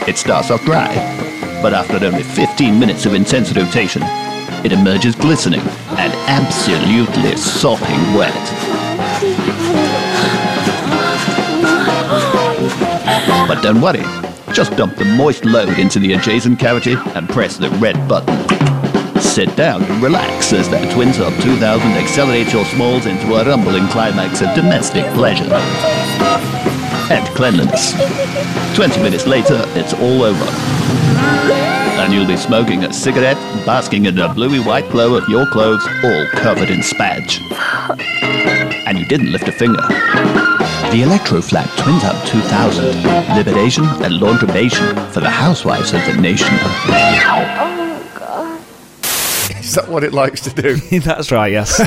S10: It starts off dry, but after only 15 minutes of intense rotation, it emerges glistening and absolutely sopping wet. But don't worry, just dump the moist load into the adjacent cavity and press the red button. Sit down and relax as that Twin Tub 2000 accelerates your smalls into a rumbling climax of domestic pleasure and cleanliness. 20 minutes later, it's all over. And you'll be smoking a cigarette, basking in the bluey white glow of your clothes, all covered in spadge. And you didn't lift a finger. The Electroflat Twin Tub 2000. Liberation and laundromation for the housewives of the nation.
S6: Is that what it likes to do?
S5: That's right, yes. I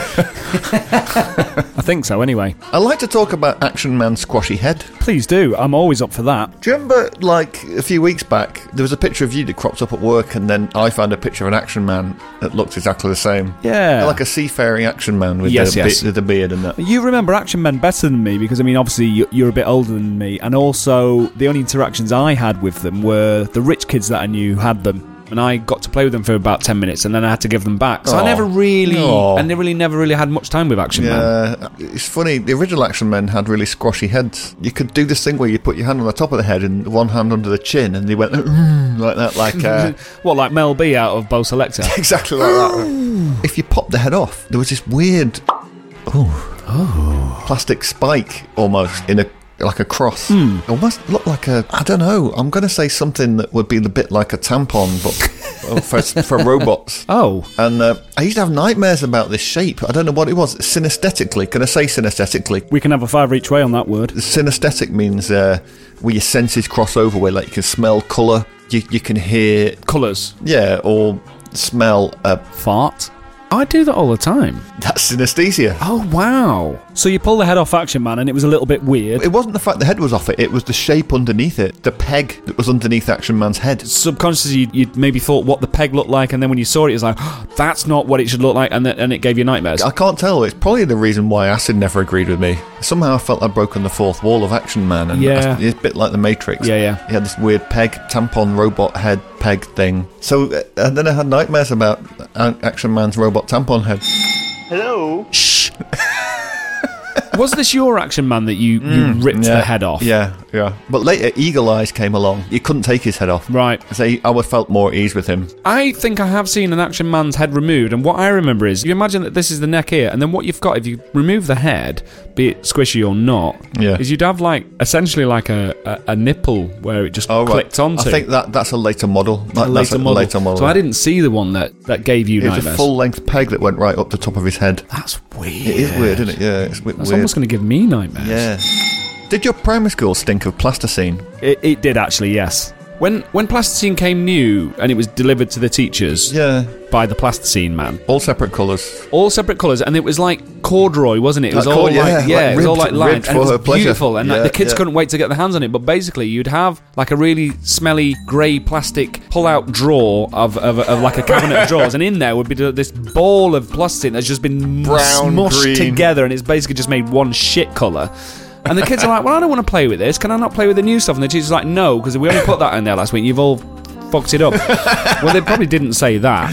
S5: think so, anyway.
S6: I like to talk about Action Man Squashy Head.
S7: please do. I'm always up for that.
S6: Do you remember, like, a few weeks back, there was a picture of you that cropped up at work, and then I found a picture of an action man that looked exactly the same?
S7: Yeah.
S6: Like a seafaring action man with,
S5: Yes,
S6: the,
S5: yes.
S6: Be- with the beard and that.
S7: You remember Action Men better than me because, I mean, obviously you- you're a bit older than me, and also the only interactions I had with them were the rich kids that I knew had them.
S5: And I got to play with them for about 10 minutes and then I had to give them back. So I
S6: Aw.
S5: never really,
S6: Aw.
S5: I never really, never really had much time with Action Man.
S6: Yeah, it's funny. The original Action Men had really squashy heads. You could do this thing where you put your hand on the top of the head and one hand under the chin, and they went like that, like uh,
S5: What, like Mel B out of Bo Selector?
S6: exactly like that. If you popped the head off, there was this weird, oh, plastic spike almost in a like a cross. Almost looked like a I don't know. I'm going to say something that would be a bit like a tampon, but oh, for for robots.
S5: oh,
S6: And uh, I used to have nightmares about this shape. I don't know what it was. Synesthetically, can I say synesthetically?
S7: We can have a five each way on that word.
S6: synesthetic means uh, where your senses cross over, where like you can smell colour, you, you can hear,
S5: colours.
S6: yeah, or smell. Uh,
S5: Fart. I do that all the time.
S6: that's synesthesia.
S5: Oh, wow.
S7: So you pull the head off Action Man, and it was a little bit weird.
S6: It wasn't the fact the head was off it; it was the shape underneath it, the peg that was underneath Action Man's head.
S5: Subconsciously, you'd, you'd maybe thought what the peg looked like, and then when you saw it, it was like, that's not what it should look like, and, th- and it gave you nightmares.
S6: I can't tell. It's probably the reason why Acid never agreed with me. Somehow I felt I'd broken the fourth wall of Action Man, and
S5: Yeah.
S6: I- it's a bit like the Matrix.
S5: Yeah, yeah.
S6: He had this weird peg tampon robot head peg thing. So, uh, and then I had nightmares about uh, Action Man's robot tampon head.
S5: Shh. Was this your action man that you, you ripped the head off?
S6: Mm, Yeah, yeah. But later, Eagle Eyes came along. You couldn't take his head off.
S5: Right.
S6: So he- I would felt more at ease with him.
S5: I think I have seen an action man's head removed, and what I remember is you imagine that this is the neck here, and then what you've got if you remove the head, be it squishy or not,
S6: Yeah.
S5: is you'd have like essentially like a, a, a nipple where it just
S6: Oh, right.
S5: clicked onto.
S6: I think that that's a later model. That-
S5: a
S6: that's
S5: later model.
S6: later model.
S11: So I didn't see the one that, that gave you
S6: It was a
S11: nightmares.
S6: full length peg that went right up the top of his head.
S11: That's weird.
S6: It is weird, isn't it? Yeah, it's a bit
S11: That's
S6: weird.
S11: almost going to give me nightmares.
S6: Yeah. Did your primary school stink of plasticine?
S11: It, it did actually, yes.
S5: When when plasticine came new and it was delivered to the teachers
S6: Yeah.
S5: by the plasticine man,
S6: All separate colours.
S5: all separate colours, and it was like corduroy, wasn't it? It was
S6: Like
S5: all
S6: cord- yeah,
S5: like yeah,
S6: like
S5: it was all
S6: ribbed-
S5: like lined,
S6: ribbed
S5: and it
S6: for
S5: was
S6: her pleasure.
S5: beautiful, and like,
S6: Yeah,
S5: the kids
S6: yeah.
S5: couldn't wait to get their hands on it. But basically, you'd have like a really smelly grey plastic pull-out drawer of, of, of like a cabinet of drawers, and in there would be this ball of plastic that's just been
S6: Brown,
S5: smushed
S6: green.
S5: together, and it's basically just made one shit colour. And the kids are like, "Well, I don't want to play with this. Can I not play with the new stuff?" And the teacher's like, "No, because we only put that in there last week. You've all." Fucked it up. well, they probably didn't say that.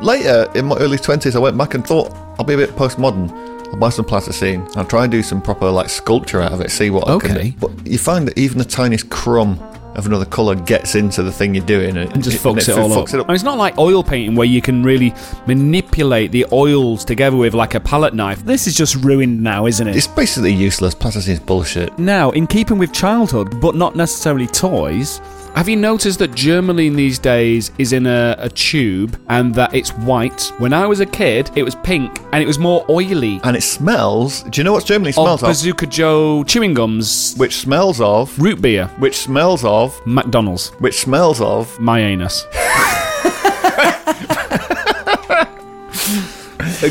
S6: Later, in my early 20s, I went back and thought, I'll be a bit postmodern. I'll buy some plasticine. I'll try and do some proper like sculpture out of it, see what I
S11: Okay.
S6: can do. But you find that even the tiniest crumb of another colour gets into the thing you're doing and,
S5: and just fucks it,
S6: f-
S5: all
S6: fucks
S5: up.
S6: it
S5: And it's not like oil painting where you can really manipulate the oils together with like a palette knife.
S11: This is just ruined now, isn't it?
S6: It's basically useless. Plasticine's bullshit.
S11: now, in keeping with childhood, but not necessarily toys,
S5: Have you noticed that germaline these days is in a, a tube and that it's white? When I was a kid, it was pink and it was more oily.
S6: And it smells. Do you know what Germany
S5: Of
S6: smells of?
S5: Bazooka Joe chewing gums,
S6: Which smells of.
S5: root beer,
S6: Which smells of.
S5: McDonald's,
S6: Which smells of.
S5: my anus. Uh,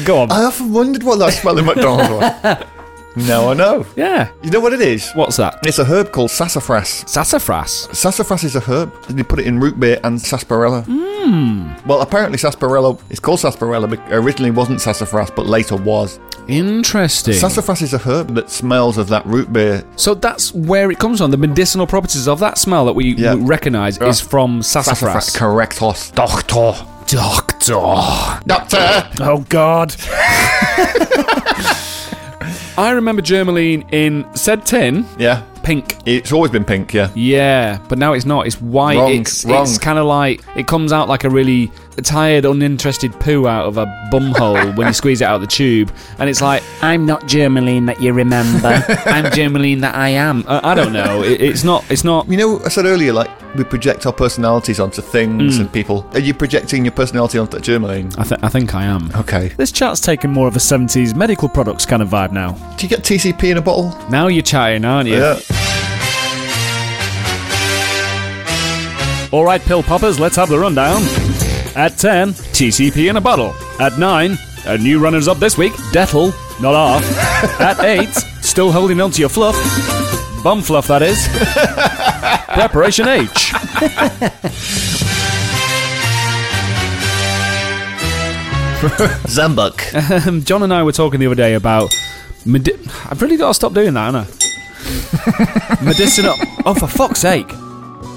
S5: Go on.
S6: I often wondered what that smell in McDonald's was. Now I know.
S5: Yeah.
S6: You know what it is?
S5: What's that?
S6: It's a herb called sassafras.
S5: Sassafras.
S6: Sassafras is a herb. They put it in root beer and sarsaparilla. Mm. Well, apparently sarsaparilla is called sarsaparilla. But originally wasn't sassafras, but later was.
S5: Interesting.
S6: Sassafras is a herb that smells of that root beer.
S5: So that's where it comes from. The medicinal properties of that smell that we
S6: Yeah.
S5: recognize is from sassafras.
S6: correct, horse.
S12: Doctor.
S11: Doctor.
S6: Doctor.
S12: Oh, God.
S5: I remember germaline in said tin,
S6: Yeah,
S5: pink.
S6: it's always been pink. Yeah,
S5: Yeah, but now it's not. It's white.
S6: Wrong,
S5: it's
S6: wrong.
S5: it's kind of like it comes out like a really tired, uninterested poo out of a bum hole when you squeeze it out of the tube, and it's like
S13: I'm not Germaline that you remember.
S5: I'm germaline that I am. I, I don't know. It, it's not. It's not.
S6: you know, I said earlier, like we project our personalities onto things and people. Are you projecting your personality onto Germaline?
S5: I, th- I think I am.
S6: Okay.
S11: This chat's taken more of a 70s medical products kind of vibe now.
S6: Do you get TCP in a bottle?
S5: Now you're chatting, aren't you?
S11: All right, pill poppers, let's have the rundown. At 10, TCP in a bottle. At 9, a new runners up this week, Dettel, not off. At 8, still holding on to your fluff. Bum fluff, that is. Preparation H.
S14: Zambuk.
S5: Um, John and I were talking the other day about. Medi- I've really got to stop doing that, haven't I? medicinal. Oh, for fuck's sake.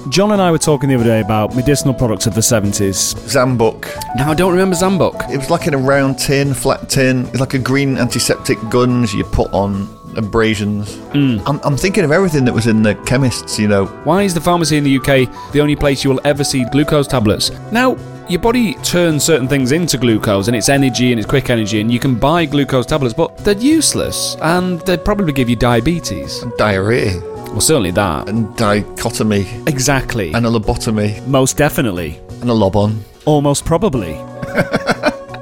S11: John and I were talking the other day about medicinal products of the 70s.
S6: Zambuk.
S5: Now I don't remember Zambok.
S6: It was like in a round tin, flat tin. It's like a green antiseptic guns you put on abrasions. I'm, I'm thinking of everything that was in the chemists, you know.
S5: Why is the pharmacy in the UK the only place you will ever see glucose tablets? Now, your body turns certain things into glucose and it's energy and it's quick energy, and you can buy glucose tablets, but they're useless and they probably give you diabetes.
S6: Diarrhea
S5: Well, certainly that.
S6: and dichotomy
S5: Exactly.
S6: and a lobotomy
S11: Most definitely.
S6: and a lobon.
S11: Almost probably.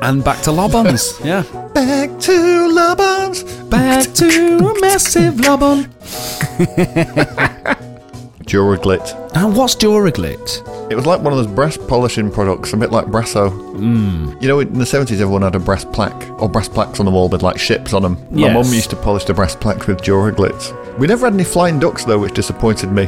S5: And back to Lobons. yeah.
S6: Back to lobons.
S5: Back to a massive Lobon.
S6: Duraglit.
S5: And what's Duraglit?
S6: It was like one of those brass polishing products, a bit like Brasso. You know, in the 70s, everyone had a brass plaque or brass plaques on the wall with like ships on them.
S11: Yes.
S6: My mum used to polish the brass plaques with Duraglitz. We never had any flying ducks, though, which disappointed me.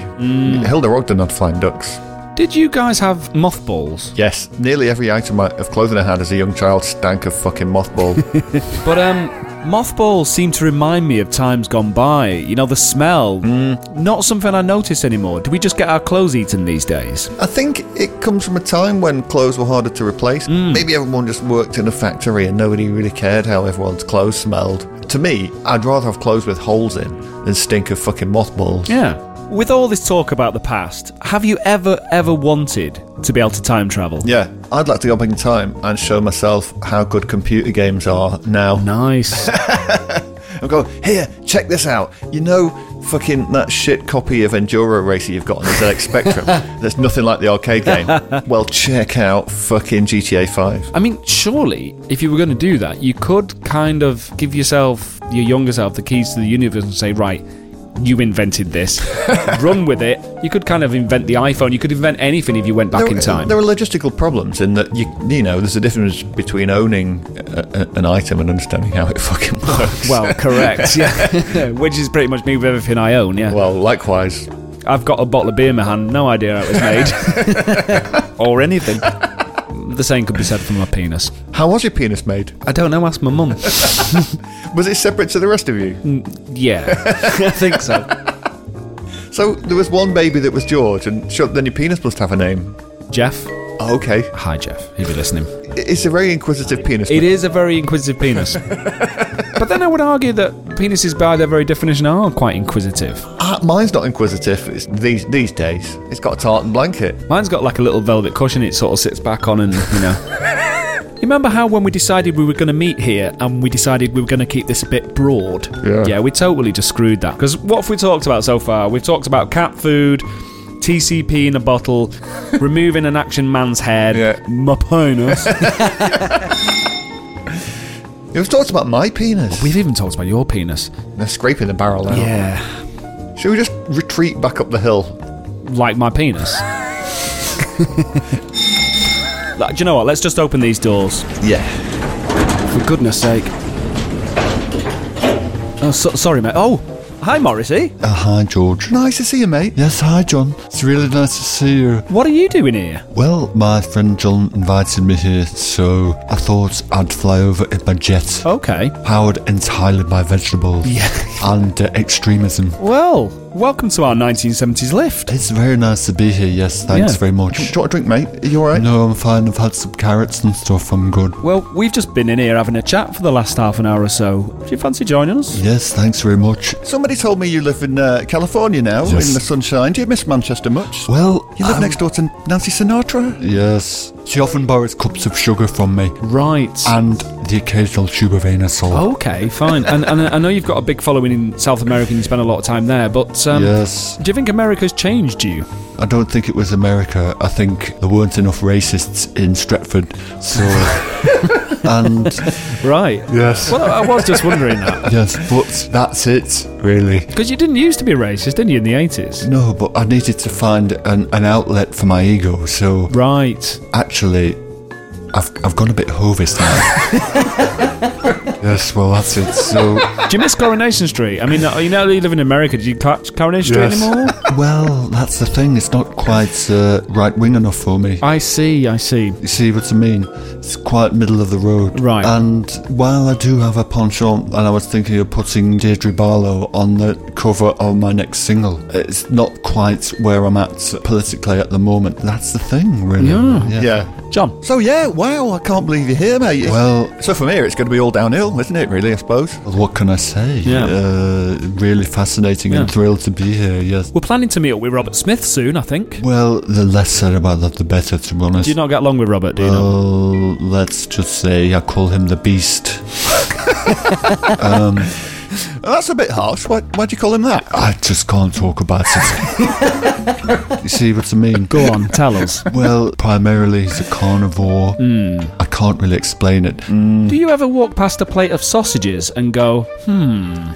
S6: Hilda Ogden had flying ducks.
S5: Did you guys have mothballs?
S6: Yes. Nearly every item I- of clothing I had as a young child stank of fucking mothball.
S11: But um, mothballs seem to remind me of times gone by. You know, the smell. Not something I notice anymore. Do we just get our clothes eaten these days?
S6: I think it comes from a time when clothes were harder to replace. Maybe everyone just worked in a factory and nobody really cared how everyone's clothes smelled.
S9: to me, I'd rather have clothes with holes in than stink of fucking mothballs.
S5: Yeah. With all this talk about the past, have you ever, ever wanted to be able to time travel?
S9: Yeah, I'd like to go back in time and show myself how good computer games are now.
S5: Nice.
S9: And go, here, check this out. You know, fucking that shit copy of Enduro Racer you've got on the ZX Spectrum that's nothing like the arcade game. well, check out fucking GTA 5.
S6: I mean, surely, if you were going to do that, you could kind of give yourself, your younger self, the keys to the universe and say, right, you invented this, run with it. You could kind of invent the iPhone. You could invent anything if you went back
S9: There-
S6: in time.
S9: There are logistical problems in that you you know there's a difference between owning a, a- an item and understanding how it fucking works.
S5: well, correct. Yeah. Which is pretty much me with everything I own, yeah.
S9: well, likewise,
S5: I've got a bottle of beer in my hand, no idea how it was made. or anything. The same could be said for my penis.
S9: how was your penis made?
S5: I don't know, ask my mum.
S9: Was it separate to the rest of you?
S5: Yeah, I think so.
S9: So there was one baby that was George, and sure, then your penis must have a name.
S5: Jeff?
S9: Oh, okay,
S5: Hi, Jeff, if you're listening.
S9: I- it's a very inquisitive penis.
S6: It is a very inquisitive penis. but then I would argue that penises, by their very definition, are quite inquisitive.
S9: Ah, mine's not inquisitive. It's these these days. It's got a tartan blanket.
S6: Mine's got like a little velvet cushion it sort of sits back on, and you know. You remember how when we decided we were going to meet here and we decided we were going to keep this a bit broad? Yeah. Yeah, we totally just screwed that. Because what have we talked about so far? We've talked about cat food, TCP in a bottle, removing an action man's head,
S9: Yeah.
S6: my penis.
S9: It was talked about my penis.
S6: We've even talked about your penis.
S9: They're scraping the barrel out.
S6: Yeah.
S9: Should we just retreat back up the hill?
S6: Like my penis. Like, Do you know what? Let's just open these doors.
S9: Yeah.
S5: For goodness sake. Oh, so- sorry, mate. Oh, hi, Morrissey.
S9: Uh, hi, George. Nice to see you, mate. Yes, hi, John. It's really nice to see you.
S5: What are you doing here?
S9: Well, my friend John invited me here, so I thought I'd fly over in my jet,
S5: Okay.
S9: powered entirely by vegetables and uh, extremism.
S5: Well, welcome to our 1970s lift.
S9: It's very nice to be here, yes, thanks
S5: Yeah.
S9: very much. Do you want a drink, mate? Are you alright? No, I'm fine. I've had some carrots and stuff, I'm good.
S5: Well, we've just been in here having a chat for the last half an hour or so. Do you fancy joining us?
S9: Yes, thanks very much. Somebody told me you live in uh, California now, in the sunshine. Do you miss Manchester much? Well, you live next door to Nancy Sinatra. Yes, she often borrows cups of sugar from me
S5: Right.
S9: and the occasional tube of anasol.
S5: Okay, fine. and, and I know you've got a big following in South America and you spend a lot of time there, but um,
S9: Yes,
S5: do you think America's changed you?
S9: I don't think it was America. I think there weren't enough racists in Stratford. So, and
S5: Right.
S9: yes,
S5: Well, I was just wondering that.
S9: yes, but that's it, really.
S5: Because you didn't used to be racist, didn't you, in the 80s?
S9: No, but I needed to find an, an outlet for my ego, so
S5: Right.
S9: Actually, I've, I've gone a bit hovis now. yes, well, that's it. So,
S5: Do you miss Coronation Street? I mean, uh, you know, you live in America. Do you catch Coronation
S9: Yes.
S5: Street anymore?
S9: well, that's the thing. It's not quite uh, right wing enough for me.
S5: I see, I see.
S9: You see what I mean? It's quite middle of the road.
S5: Right.
S9: And while I do have a penchant, and I was thinking of putting Deirdre Barlow on the cover of my next single, it's not quite where I'm at politically at the moment. That's the thing, really.
S5: Yeah.
S9: yeah.
S5: John.
S9: So yeah, wow! I can't believe you're here, mate. Well, so from here it's going to be all downhill, isn't it? Really, I suppose. What can I say?
S5: Yeah.
S9: Uh, really fascinating and
S5: Yeah.
S9: thrilled to be here. Yes.
S5: We're planning to meet up with Robert Smith soon, I think.
S9: Well, the less said about that, the better. To be honest.
S5: Do you not get along with Robert, do you not?
S9: well, let's just say I call him the Beast. um, that's a bit harsh. Why, why'd you call him that? I just can't talk about it. you see what I mean?
S5: Go on, tell us.
S9: Well, primarily he's a carnivore.
S5: Hmm.
S9: I can't really explain it.
S5: Do you ever walk past a plate of sausages and go,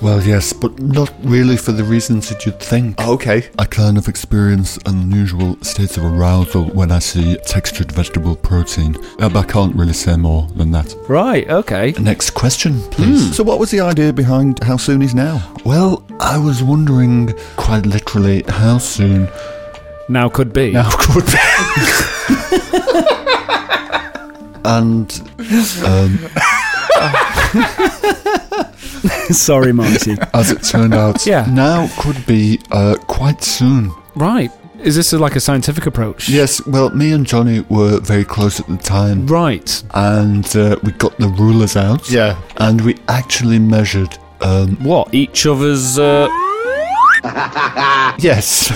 S9: Well, yes, but not really for the reasons that you'd think. Okay. I kind of experience unusual states of arousal when I see textured vegetable protein. Uh, but I can't really say more than that.
S5: right, okay.
S9: Next question, please. So, what was the idea behind How Soon Is Now?
S5: Hmm.
S9: Well, I was wondering quite literally how soon
S5: Now could be.
S9: now could be. and
S5: Sorry, Marty.
S9: as it turned out,
S5: Yeah.
S9: now could be uh, quite soon.
S5: right. Is this a, like a scientific approach?
S9: Yes, well, me and Johnny were very close at the time,
S5: Right.
S9: and uh, we got the rulers out. Yeah. And we actually measured
S5: What? Each other's. Uh,
S9: Yes.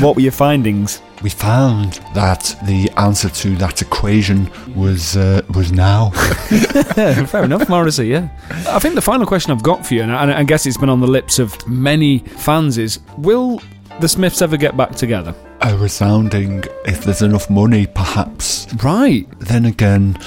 S5: what were your findings?
S9: we found that the answer to that equation was uh, was now.
S5: Yeah, fair enough, Morrissey. Yeah, I think the final question I've got for you, and I, and I guess it's been on the lips of many fans, is: Will the Smiths ever get back together?
S9: A resounding, if there's enough money, perhaps.
S5: Right.
S9: Then again,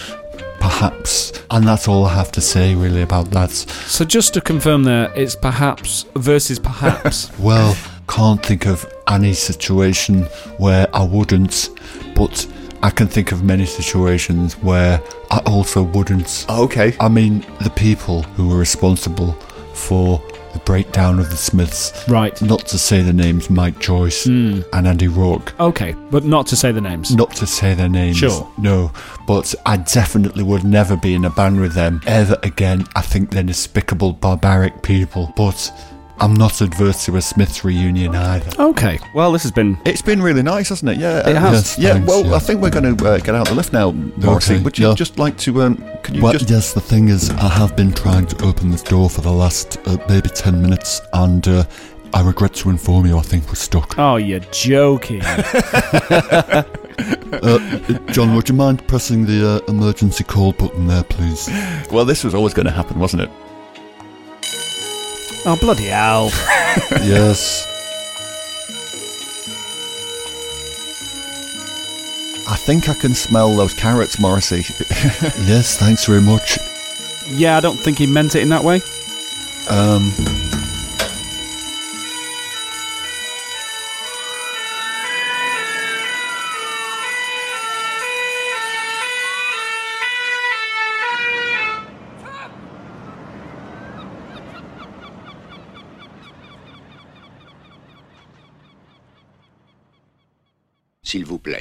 S9: perhaps. And that's all I have to say really about that.
S5: So just to confirm, there, it's perhaps versus perhaps.
S9: Well, can't think of any situation where I wouldn't, but I can think of many situations where I also wouldn't.
S6: Okay.
S9: I mean, the people who were responsible for the breakdown of the Smiths,
S5: right. Hmm.
S9: not to say the names Mike Joyce and Andy Rourke,
S5: Okay, but not to say the names.
S9: not to say their names.
S5: Sure.
S9: No, but I definitely would never be in a band with them ever again. I think they're despicable, barbaric people, but I'm not adverse to a Smiths reunion either.
S5: Okay. Well, this has been.
S9: It's been really nice, hasn't it? Yeah,
S5: It
S9: uh,
S5: has.
S9: yes, yeah.
S6: well, I think we're going to uh, get out the lift now, Morrissey.
S9: Okay,
S6: Would you
S9: yeah.
S6: just like to? Um, can you
S9: Well,
S6: just?
S9: yes, the thing is, I have been trying to open this door for the last uh, maybe 10 minutes, and uh, I regret to inform you, I think we're
S6: Uh,
S9: stuck.
S5: Oh, you're joking.
S9: Uh, John, would you mind pressing the uh, emergency call button there, please?
S6: Well, this was always going to happen, wasn't it?
S5: oh, bloody hell.
S9: yes.
S6: I think I can smell those carrots, Morrissey.
S9: Yes, thanks very much.
S5: Yeah, I don't think he meant it in that way.
S9: Um,
S15: S'il vous plaît.